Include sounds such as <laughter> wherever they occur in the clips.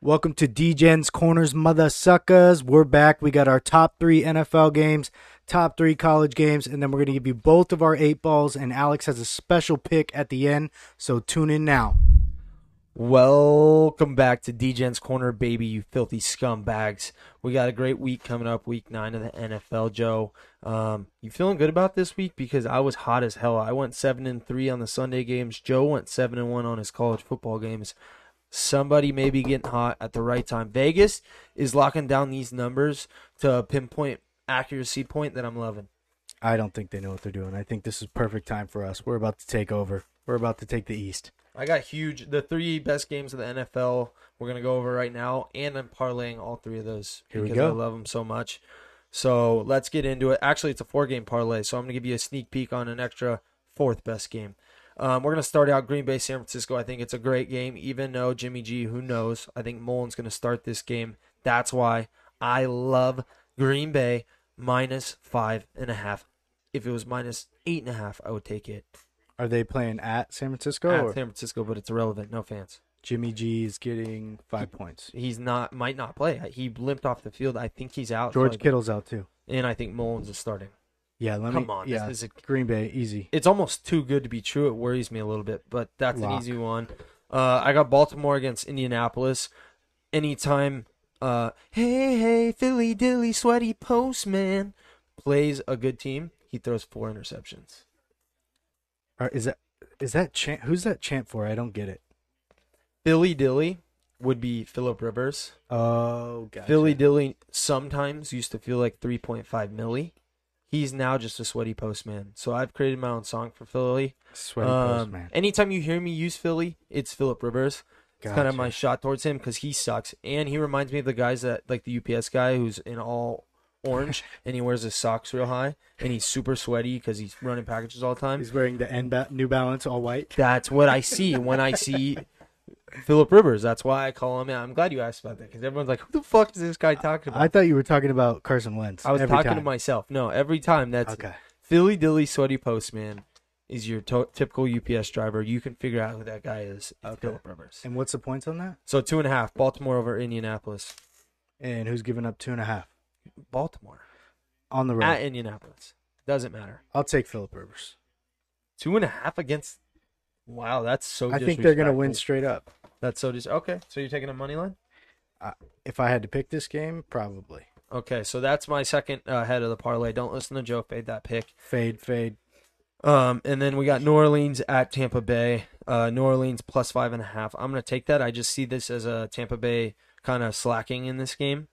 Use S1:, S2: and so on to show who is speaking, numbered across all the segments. S1: Welcome to DGen's Corners, mother suckers. We're back. We got our top three NFL games, top three college games, and then we're going to give you both of our eight balls. And Alex has a special pick at the end, so tune in now.
S2: Welcome back to DGen's Corner, baby, you filthy scumbags. We got a great week coming up, week nine of the NFL, Joe. Um, you feeling good about this week? Because I was hot as hell. I went seven and three on the Sunday games. Joe went seven and one on his college football games. Somebody may be getting hot at the right time. Vegas is locking down these numbers to a pinpoint accuracy point that I'm loving.
S1: I don't think they know what they're doing. I think this is perfect time for us. We're about to take over. We're about to take the East.
S2: I got huge. The three best games of the NFL we're gonna go over right now, and I'm parlaying all three of those
S1: Here we
S2: because
S1: go.
S2: I love them so much. So let's get into it. Actually, it's a four-game parlay, so I'm gonna give you a sneak peek on an extra fourth best game. Um, we're gonna start out Green Bay, San Francisco. I think it's a great game, even though Jimmy G. Who knows? I think Mullen's gonna start this game. That's why I love Green Bay minus five and a half. If it was minus eight and a half, I would take it
S1: Are they playing at San Francisco?
S2: at
S1: or
S2: San Francisco, but it's irrelevant. No fans.
S1: Jimmy G is getting five points.
S2: he's not might not play. He limped off the field. I think he's out.
S1: George
S2: Like,
S1: Kittle's out too.
S2: and I think Mullins is starting.
S1: Yeah, let me.
S2: Come on,
S1: yeah,
S2: this is a-
S1: Green Bay easy.
S2: It's almost too good to be true. It worries me a little bit, but that's an
S1: Lock.
S2: easy one. Uh, I got Baltimore against Indianapolis. Anytime, uh, hey hey Philly dilly sweaty postman plays a good team, he throws four interceptions.
S1: Or is that is that chant? Who's that chant for? I don't get it.
S2: Philly dilly would be Philip Rivers.
S1: Oh, gotcha.
S2: Philly Dilly sometimes used to feel like 3.5 milli. He's now just a sweaty postman. So I've created my own song for Philly.
S1: sweaty
S2: Um,
S1: postman.
S2: Anytime you hear me use Philly, it's Philip Rivers. It's kind of
S1: Gotcha.
S2: my shot towards him because he sucks, and he reminds me of the guys that like the UPS guy who's in all orange
S1: <laughs>
S2: and he wears his socks real high and he's super sweaty because he's running packages all the time.
S1: He's wearing the N ba- New Balance all white.
S2: That's what I see when I see Philip Rivers. That's why I call him. out. I'm glad you asked about that because everyone's like, "Who the fuck is this guy talking about?"
S1: I thought you were talking about Carson Wentz.
S2: I was
S1: every
S2: talking to
S1: time.
S2: myself. No, every time that's
S1: Okay.
S2: Philly Dilly Sweaty Postman is your to- typical UPS driver. You can figure out who that guy is. It's
S1: Okay.
S2: Philip Rivers.
S1: And what's the points on that?
S2: So two and a half. Baltimore over Indianapolis.
S1: And who's giving up two and a half
S2: Baltimore
S1: on the road?
S2: at Indianapolis doesn't matter.
S1: I'll take Philip Rivers.
S2: Two and a half against. Wow, that's so.
S1: I think they're
S2: going to
S1: win straight up.
S2: That's so. Dis- okay, so you're taking a money line.
S1: Uh, if I had to pick this game, probably
S2: Okay, so that's my second uh, head of the parlay. Don't listen to Joe fade that pick.
S1: fade, fade.
S2: Um, and then we got New Orleans at Tampa Bay. Uh, New Orleans plus five and a half. I'm gonna take that. I just see this as a Tampa Bay kind of slacking in this game,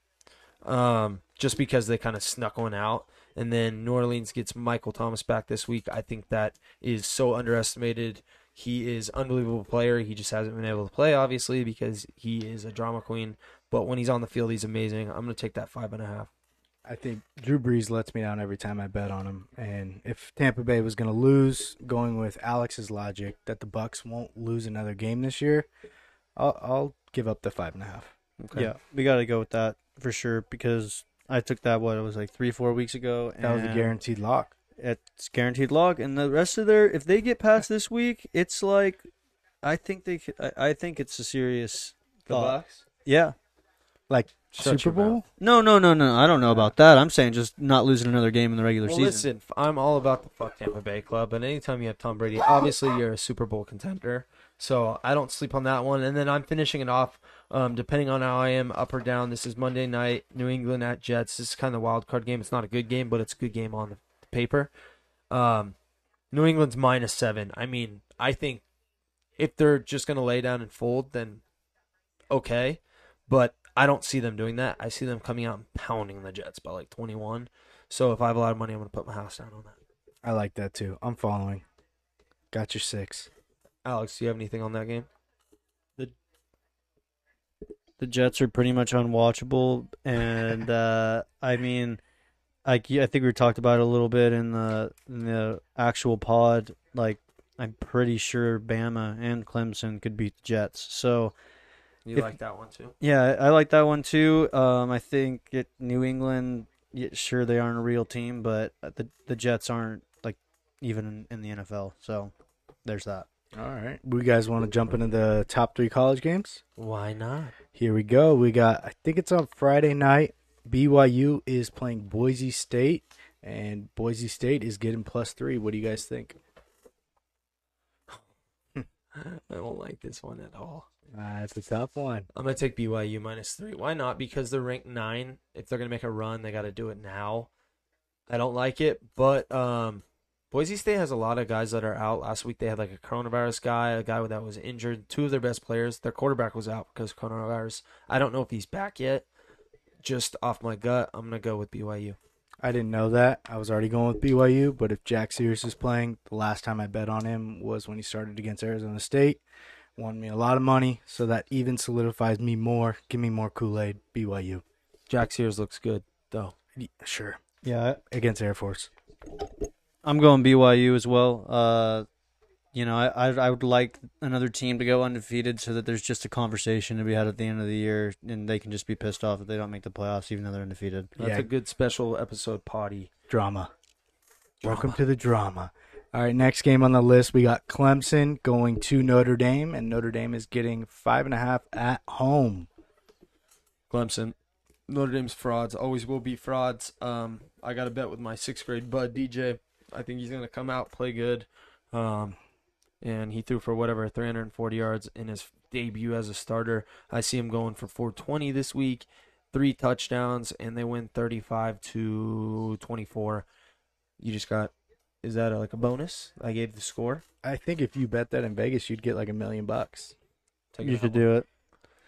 S2: um, just because they kind of snuck one out. And then New Orleans gets Michael Thomas back this week. I think that is so underestimated. He is unbelievable player. He just hasn't been able to play obviously because he is a drama queen. But when he's on the field, he's amazing. I'm gonna take that five and a half.
S1: I think Drew Brees lets me down every time I bet on him. And if Tampa Bay was going to lose, going with Alex's logic that the Bucks won't lose another game this year, I'll, I'll give up the five and a half.
S2: Okay.
S3: Yeah, we got to go with that for sure because I took that what it was like three, four weeks ago. And
S1: That was a guaranteed lock.
S3: It's guaranteed log, and the rest of their if they get past this week, it's like I think they. Could, I, I think it's a serious thought. Yeah.
S1: Like Super
S2: Shut your
S1: Bowl.
S2: mouth.
S3: No, no, no, no. I don't know about that. I'm saying just not losing another game in the regular
S2: Well,
S3: season.
S2: listen, f- I'm all about the fuck Tampa Bay club, and anytime you have Tom Brady, obviously you're a Super Bowl contender. So I don't sleep on that one. And then I'm finishing it off, um, depending on how I am, up or down. This is Monday night, New England at Jets. This is kind of a wild card game. It's not a good game, but it's a good game on the paper. Um, New England's minus seven. I mean, I think if they're just going to lay down and fold, then okay. But I don't see them doing that. I see them coming out and pounding the Jets by like 21. So if I have a lot of money, I'm going to put my house down on that.
S1: I like that too. I'm following. Got your six.
S2: Alex, do you have anything on that game?
S3: the Jets are pretty much unwatchable, and uh, I mean, like yeah, I think we talked about it a little bit in the in the actual pod. Like I'm pretty sure Bama and Clemson could beat the Jets. So
S2: You
S3: If-
S2: like that one too?
S3: yeah, I I like that one too. Um, I think it, New England. Yeah, sure, they aren't a real team, but the the Jets aren't like even in, in the NFL. So there's that.
S1: All right. We guys want to jump into the top three college games?
S2: Why not?
S1: Here we go. We got, I think it's on Friday night. BYU is playing Boise State, and Boise State is getting plus three. What do you guys think?
S2: <sighs> I don't like this one at all.
S1: Uh, it's a tough one.
S2: I'm gonna take BYU minus three. Why not? Because they're ranked nine. If they're gonna make a run, they got to do it now. I don't like it, but um, Boise State has a lot of guys that are out. Last week they had like a coronavirus guy, a guy that was injured. Two of their best players, their quarterback was out because of coronavirus. I don't know if he's back yet. Just off my gut, I'm gonna go with BYU.
S1: I didn't know that. I was already going with BYU, but if Jack Sears is playing, the last time I bet on him was when he started against Arizona State. Won me a lot of money, so that even solidifies me more. Give me more Kool Aid, BYU.
S2: Jack Sears looks good though.
S1: Yeah, Sure.
S3: Yeah,
S1: Against Air Force.
S3: I'm going BYU as well. Uh, you know, I, I I would like another team to go undefeated so that there's just a conversation to be had at the end of the year, and they can just be pissed off if they don't make the playoffs, even though they're undefeated.
S2: That's
S1: Yeah.
S2: a good special episode potty.
S1: Drama. Welcome to the drama. All right, next game on the list, we got Clemson going to Notre Dame, and Notre Dame is getting five and a half at home.
S2: Clemson. Notre Dame's frauds always will be frauds. Um, I got to bet with my sixth grade bud DJ. I think he's gonna come out play good. Um, and he threw for whatever 340 yards in his debut as a starter. I see him going for 420 this week, three touchdowns, and they win 35 to 24. You just got. Is that uh like a bonus? I gave the score.
S1: I think if you bet that in Vegas, you'd get like a million bucks.
S2: Take
S3: you
S2: it
S3: should
S2: out.
S3: do it.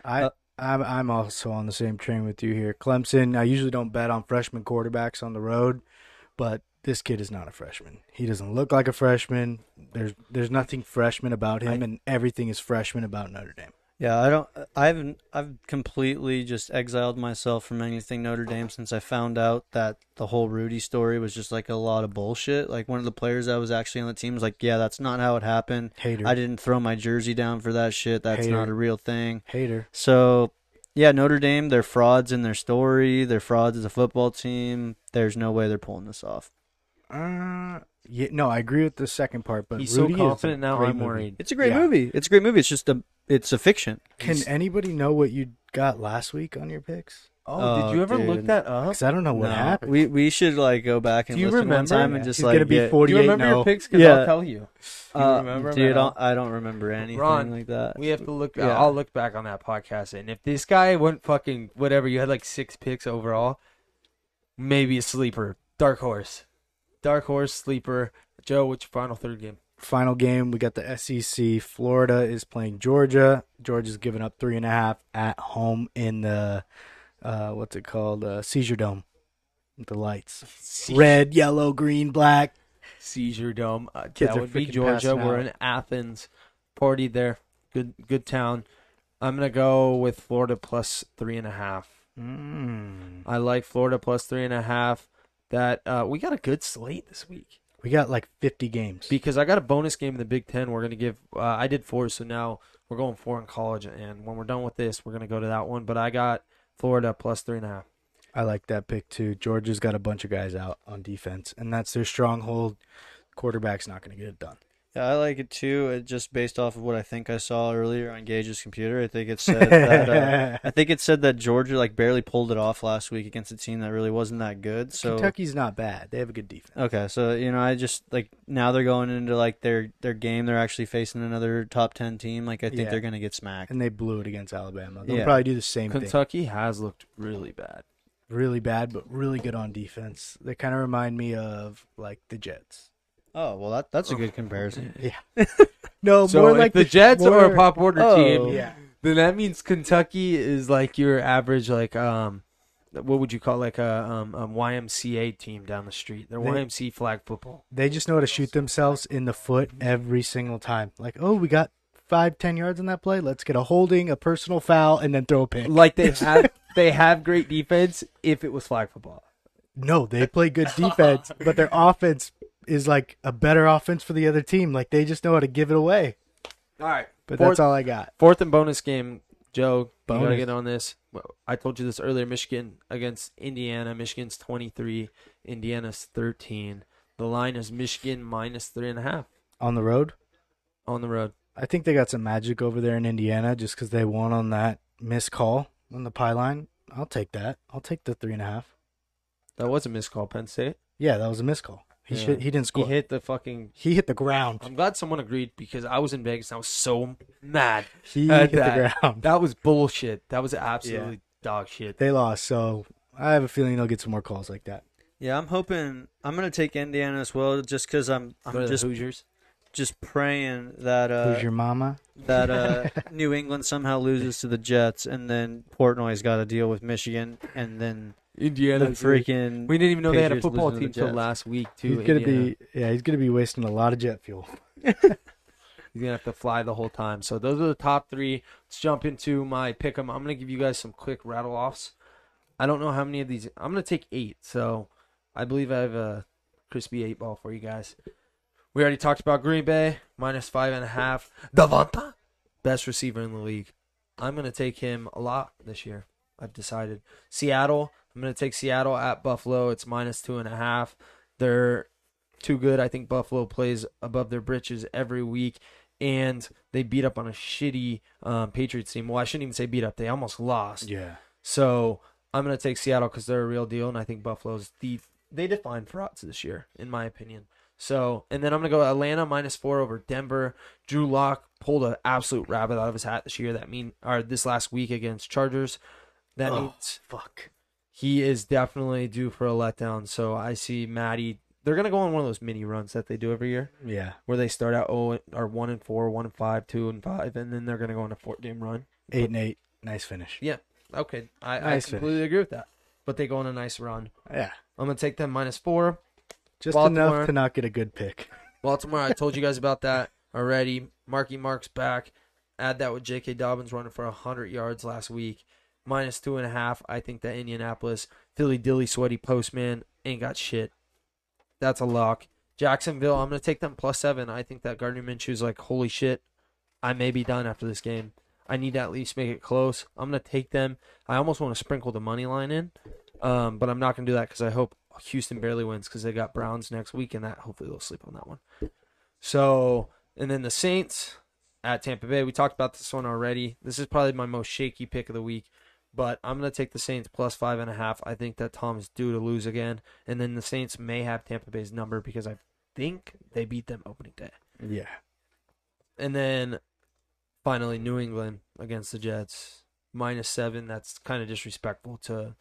S1: I
S3: Uh,
S1: I'm I'm also on the same train with you here. Clemson, I usually don't bet on freshman quarterbacks on the road, but this kid is not a freshman. He doesn't look like a freshman. There's there's nothing freshman about him and everything is freshman about Notre Dame.
S3: Yeah, I don't. I've I've completely just exiled myself from anything Notre Dame since I found out that the whole Rudy story was just like a lot of bullshit. Like one of the players that was actually on the team was like, "Yeah, that's not how it happened.
S1: Hater.
S3: I didn't throw my jersey down for that shit. That's
S1: Hater.
S3: not a real thing."
S1: Hater.
S3: So, yeah, Notre Dame, they're frauds in their story. They're frauds as a football team. There's no way they're pulling this off.
S1: Uh yeah, no, I agree with the second part, but
S2: He's
S1: Rudy is
S2: so
S1: a
S2: confident now.
S1: great
S2: I'm
S1: movie.
S2: worried.
S3: It's a great
S1: Yeah.
S3: movie. It's a great movie. It's just a it's a fiction.
S1: Can
S3: It's-
S1: anybody know what you got last week on your picks?
S2: Oh,
S3: Oh,
S2: did you ever look
S3: dude.
S2: that up?
S1: Because I don't know Oh, what
S3: no,
S1: happened.
S3: We we should like go back and
S2: Do you
S3: listen one
S2: remember?
S3: time and
S2: Yeah.
S3: just
S1: He's
S3: like
S1: gonna be
S3: get-
S1: 40
S2: Do you remember your
S1: 48
S2: picks? Because
S3: Yeah.
S2: I'll tell you. Do you
S3: uh,
S2: remember,
S3: dude,
S2: Matt?
S3: I don't remember anything
S2: Ron,
S3: like that.
S2: We have to look.
S3: Yeah.
S2: I'll look back on that podcast, and if this guy went fucking whatever, you had like six picks overall. Maybe a sleeper, dark horse, dark horse sleeper. Joe, what's your final third game?
S1: final game we got the sec florida is playing georgia georgia's giving up three and a half at home in the uh what's it called uh seizure dome with the lights
S2: Se-
S1: red yellow green black
S2: Seizure Dome. Uh,
S1: Kids
S2: that
S1: are
S2: would be
S1: freaking
S2: Georgia.
S1: passing
S2: We're
S1: out.
S2: in Athens. Party there. Good, good town. I'm gonna go with Florida plus three and a half.
S1: mm.
S2: I like Florida plus three and a half. That uh, we got a good slate this week.
S1: we got like 50 games
S2: because I got a bonus game in the Big Ten. We're gonna give. Uh, I did four, so now we're going four in college. And when we're done with this, we're gonna go to that one. But I got Florida plus three and a half.
S1: i like that pick too georgia's got a bunch of guys out on defense and that's their stronghold quarterback's not going to get it
S3: <laughs>
S1: done
S3: Yeah, I like it too. It just based off of what I think I saw earlier on Gage's computer. I think it said that
S1: <laughs>
S3: uh, I think it said that Georgia like barely pulled it off last week against a team that really wasn't that good. So
S1: kentucky's not bad they have a good defense
S3: Okay, so you know, I just like now they're going into like their their game. They're actually facing another top ten team. Like I think
S1: Yeah.
S3: they're gonna get smacked.
S1: and they blew it against alabama they'll
S3: Yeah.
S1: probably do the same thing
S2: Kentucky has looked really bad.
S1: really bad but really good on defense. They kind of remind me of like the Jets.
S3: Oh well, that that's a good
S2: <laughs>
S3: comparison.
S1: No,
S2: So
S1: more
S2: if
S1: like
S2: the Jets
S1: more-
S2: are a pop Warner
S3: Oh.
S2: team,
S1: Yeah.
S2: then that means Kentucky is like your average, like um, what would you call like a um, um YMCA team down the street? They're
S1: They-
S2: YMC flag
S1: <laughs>
S2: football.
S1: They just know how to shoot themselves in the foot every single time. Like, oh, we got five, ten yards on that play. Let's get a holding, a personal foul, and then throw a pick.
S2: Like they have, they have great defense if it was flag football.
S1: No, they play <laughs> good defense, but their offense is like a better offense for the other team. Like they just know how to give it away.
S2: All right,
S1: But
S2: Fourth-
S1: that's all I got.
S2: Fourth and bonus game, Joe. You gotta
S1: Bonus.
S2: get on this. Well, I told you this earlier. Michigan against Indiana. Michigan's twenty-three. Indiana's thirteen. The line is Michigan minus three and a half.
S1: On the road,
S2: on the road.
S1: I think they got some magic over there in Indiana just because they won on that missed call on the pylon. I'll take that. I'll take the three and a half.
S2: That was a missed call, Penn State.
S1: Yeah, that was a missed call. He
S2: Yeah.
S1: should. He didn't
S2: He
S1: score. He hit,
S2: hit Uh, the fucking.
S1: the ground.
S2: I'm glad someone agreed because I was in Vegas and I was so mad.
S1: He
S2: at
S1: hit
S2: that.
S1: the ground. <laughs>
S2: That was bullshit. That was absolutely dog shit.
S1: They lost, so I have a feeling they'll get some more calls like that.
S3: Yeah, I'm hoping I'm gonna take Indiana as well, just because I'm
S2: Go to
S3: I'm
S2: the
S3: just
S2: Hoosiers.
S3: just praying that uh,
S1: Who's your mama?
S2: <laughs>
S3: that <laughs> uh, New England somehow loses to the Jets, and then Portnoy's got to deal with Michigan, and then
S2: Indiana.
S3: the freaking
S2: We didn't even know they had a
S3: Patriots
S2: football
S3: losing to
S2: team
S3: the
S2: till
S3: Jets.
S2: last week too.
S1: He's gonna
S2: Indiana.
S1: be. Yeah, he's gonna be wasting a lot of jet fuel.
S2: You're gonna have to fly the whole time. So those are the top three. Let's jump into my pick 'em. I'm gonna give you guys some quick rattle offs. I don't know how many of these. I'm gonna take eight. So I believe I have a crispy eight ball for you guys. We already talked about Green Bay minus five and a half. Devonta, best receiver in the league. I'm gonna take him a lot this year. I've decided. Seattle. I'm gonna take Seattle at Buffalo. It's minus two and a half. They're too good. I think Buffalo plays above their britches every week and they beat up on a shitty um, Patriots team. Well, I shouldn't even say beat up; they almost lost.
S1: Yeah.
S2: So I'm gonna take Seattle because they're a real deal, and I think Buffalo's the they define frauds this year, in my opinion. So and then I'm gonna go Atlanta minus four over Denver. Drew Lock pulled an absolute rabbit out of his hat this year. That mean or this last week against Chargers. That
S1: Oh.
S2: means
S1: Fuck.
S2: he is definitely due for a letdown. So I see Maddie. They're gonna go on one of those mini runs that they do every year
S1: Yeah.
S2: where they start out oh or one and four, one and five, two and five, and then they're gonna go on a four game run.
S1: Eight and eight. Nice finish.
S2: Yeah. Okay. I,
S1: Nice
S2: I
S1: finish.
S2: completely agree with that. But they go on a nice run.
S1: Yeah.
S2: I'm gonna take them minus four.
S1: Just
S2: Baltimore.
S1: enough to not get a good pick.
S2: Baltimore, I told you guys about that already. Marky Mark's back. Add that with J.K. Dobbins running for 100 yards last week. Minus two and a half. I think that Indianapolis, Philly Dilly Sweaty Postman ain't got shit. That's a lock. Jacksonville, I'm going to take them plus seven. I think that Gardner Minshew's like, holy shit, I may be done after this game. I need to at least make it close. I'm going to take them. I almost want to sprinkle the money line in, um, but I'm not going to do that because I hope Houston barely wins because they got Browns next week, and that hopefully they'll sleep on that one. So, and then the Saints at Tampa Bay. We talked about this one already. This is probably my most shaky pick of the week, but I'm going to take the Saints plus five and a half. I think that Tom's due to lose again, and then the Saints may have Tampa Bay's number because I think they beat them opening day.
S1: Yeah.
S2: And then finally, New England against the Jets minus seven. That's kind of disrespectful to.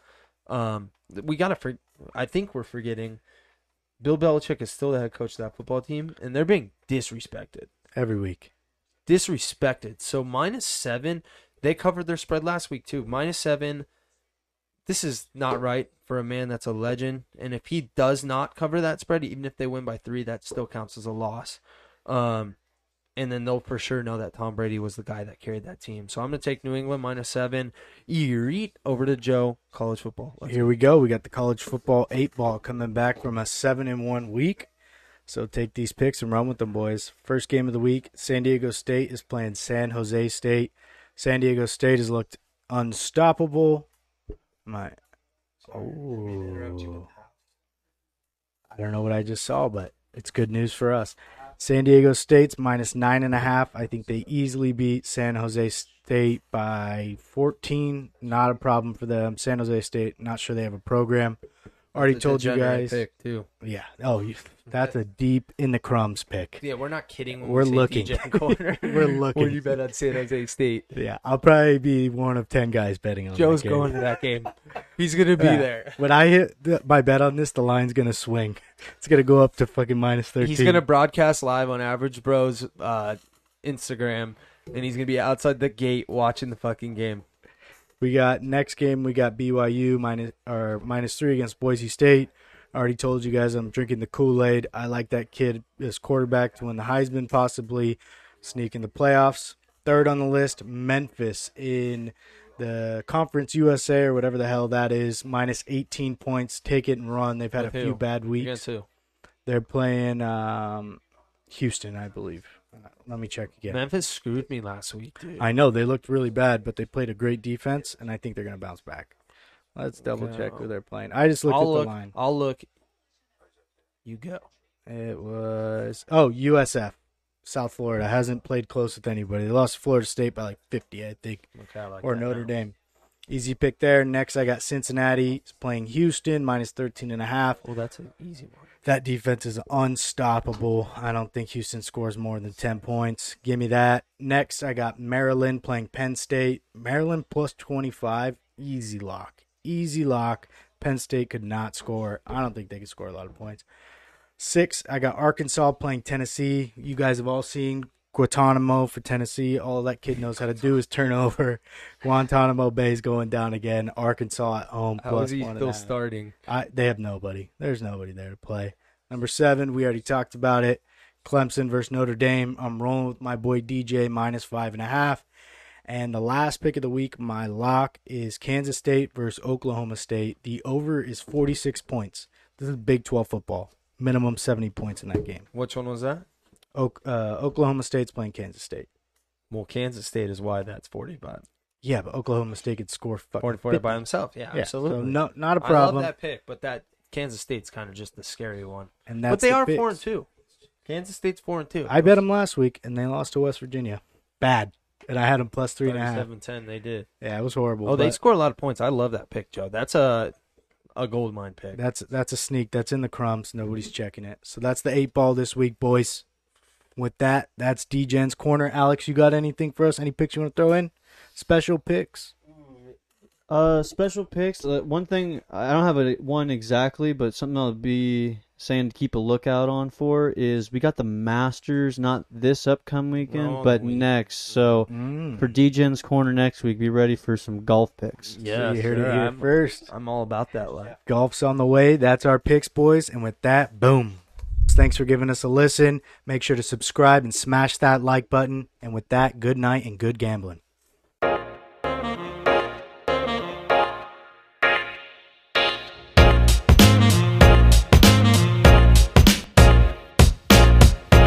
S2: Um, we gotta. For, I think we're forgetting. Bill Belichick is still the head coach of that football team, and they're being disrespected.
S1: Every week.
S2: Disrespected. So minus seven. They covered their spread last week too. Minus seven. This is not right for a man that's a legend. And if he does not cover that spread, even if they win by three, that still counts as a loss. Um, and then they'll for sure know that Tom Brady was the guy that carried that team. So I'm going to take New England minus seven. Eat over to Joe. College football. Let's-
S1: Here we go. We got the college football eight ball coming back from a seven in one week. So take these picks and run with them, boys. First game of the week, San Diego State is playing San Jose State. San Diego State has looked unstoppable. My oh. I don't know what I just saw, but it's good news for us. San Diego State's minus nine and a half. I think they easily beat San Jose State by 14. Not a problem for them. San Jose State, not sure they have a program. Already
S2: That's a
S1: told you
S2: degenerate
S1: guys.
S2: pick, too.
S1: Yeah. Oh, you, that's
S2: <laughs>
S1: a deep in the crumbs pick.
S2: Yeah, we're not kidding. When
S1: We're
S2: we say
S1: looking.
S2: DJ Corner.
S1: <laughs> We're looking.
S2: Or you bet on San Jose State.
S1: Yeah, I'll probably be one of 10 guys betting on
S2: Joe's
S1: that game.
S2: going to
S1: <laughs>
S2: that game. He's gonna be
S1: Yeah.
S2: there.
S1: When I hit the, my bet on this, the line's going to swing. <laughs> It's going to go up to fucking minus 13.
S2: He's gonna broadcast live on Average Bros uh, Instagram, and he's gonna be outside the gate watching the fucking game.
S1: We got next game. We got BYU minus or minus three against Boise State. I already told you guys I'm drinking the Kool Aid. I like that kid as quarterback to win the Heisman, possibly sneak in the playoffs. Third on the list, Memphis in the Conference USA or whatever the hell that is, minus 18 points. Take it and run. They've had
S2: With
S1: a
S2: who?
S1: few bad weeks.
S2: Against who?
S1: They're playing um, Houston, I believe. Uh, Let me check again.
S2: Memphis screwed me last week, dude.
S1: I know they looked really bad, but they played a great defense, and I think they're going to bounce back. Let's double check who they're playing. I just looked
S2: I'll
S1: at
S2: look.
S1: the line.
S2: I'll look. You go.
S1: It was oh USF. South Florida hasn't played close with anybody. They lost to Florida State by like 50, I think,
S2: Okay, I like
S1: or
S2: that
S1: Notre
S2: now.
S1: Dame. Easy pick there. Next, I got Cincinnati playing Houston minus 13 and a half.
S2: Well, Oh, that's an easy one.
S1: That defense is unstoppable. I don't think Houston scores more than 10 points. Give me that. Next, I got Maryland playing Penn State. Maryland plus 25. Easy lock. Easy lock. Penn State could not score. I don't think they could score a lot of points. Six, I got Arkansas playing Tennessee. You guys have all seen Guantanamo for Tennessee. All that kid knows how to do is turn <laughs> over. Guantanamo Bay's going down again. Arkansas at home.
S2: How
S1: plus
S2: is he
S1: one and
S2: still
S1: a half.
S2: starting?
S1: I they have nobody. There's nobody there to play. Number seven, we already talked about it. Clemson versus Notre Dame. I'm rolling with my boy DJ minus five and a half. And the last pick of the week, my lock is Kansas State versus Oklahoma State. The over is 46 points. This is Big 12 football. Minimum 70 points in that game.
S2: Which one was that?
S1: Oak, uh, Oklahoma State's playing Kansas State.
S2: Well, Kansas State is why that's 40 by
S1: Yeah, but Oklahoma State could score fucking
S2: 40, 40 by
S1: 50.
S2: himself. Yeah,
S1: Yeah,
S2: absolutely.
S1: So no, not a
S2: I love
S1: problem.
S2: that pick, but that Kansas State's kind of just the scary one.
S1: And that's
S2: but they
S1: the
S2: are
S1: picks.
S2: four and two. Kansas State's four and two.
S1: I bet them last week, and they lost to West Virginia. Bad. And I had them plus three and a half.
S2: 37-10, They did.
S1: Yeah, it was horrible.
S2: Oh, they
S1: but
S2: score a lot of points. I love that pick, Joe. That's a a gold mine pick.
S1: that's that's a sneak. That's in the crumbs. Nobody's checking it. So that's the eight ball this week, boys. With that, that's DGen's corner. Alex, you got anything for us? Any picks you want to throw in? Special picks?
S3: Uh, special picks. Uh, one thing I don't have a one exactly, but something I'll be saying to keep a lookout on for is we got the Masters not this upcoming weekend,
S2: Wrong
S3: but
S2: week.
S3: next. So
S2: Mm.
S3: for DGen's corner next week, be ready for some golf picks.
S1: So you heard it here
S2: I'm,
S1: first.
S2: I'm all about that life.
S1: Golf's on the way. That's our picks, boys. And with that, boom. Thanks for giving us a listen. Make sure to subscribe and smash that like button. And with that, good night and good gambling.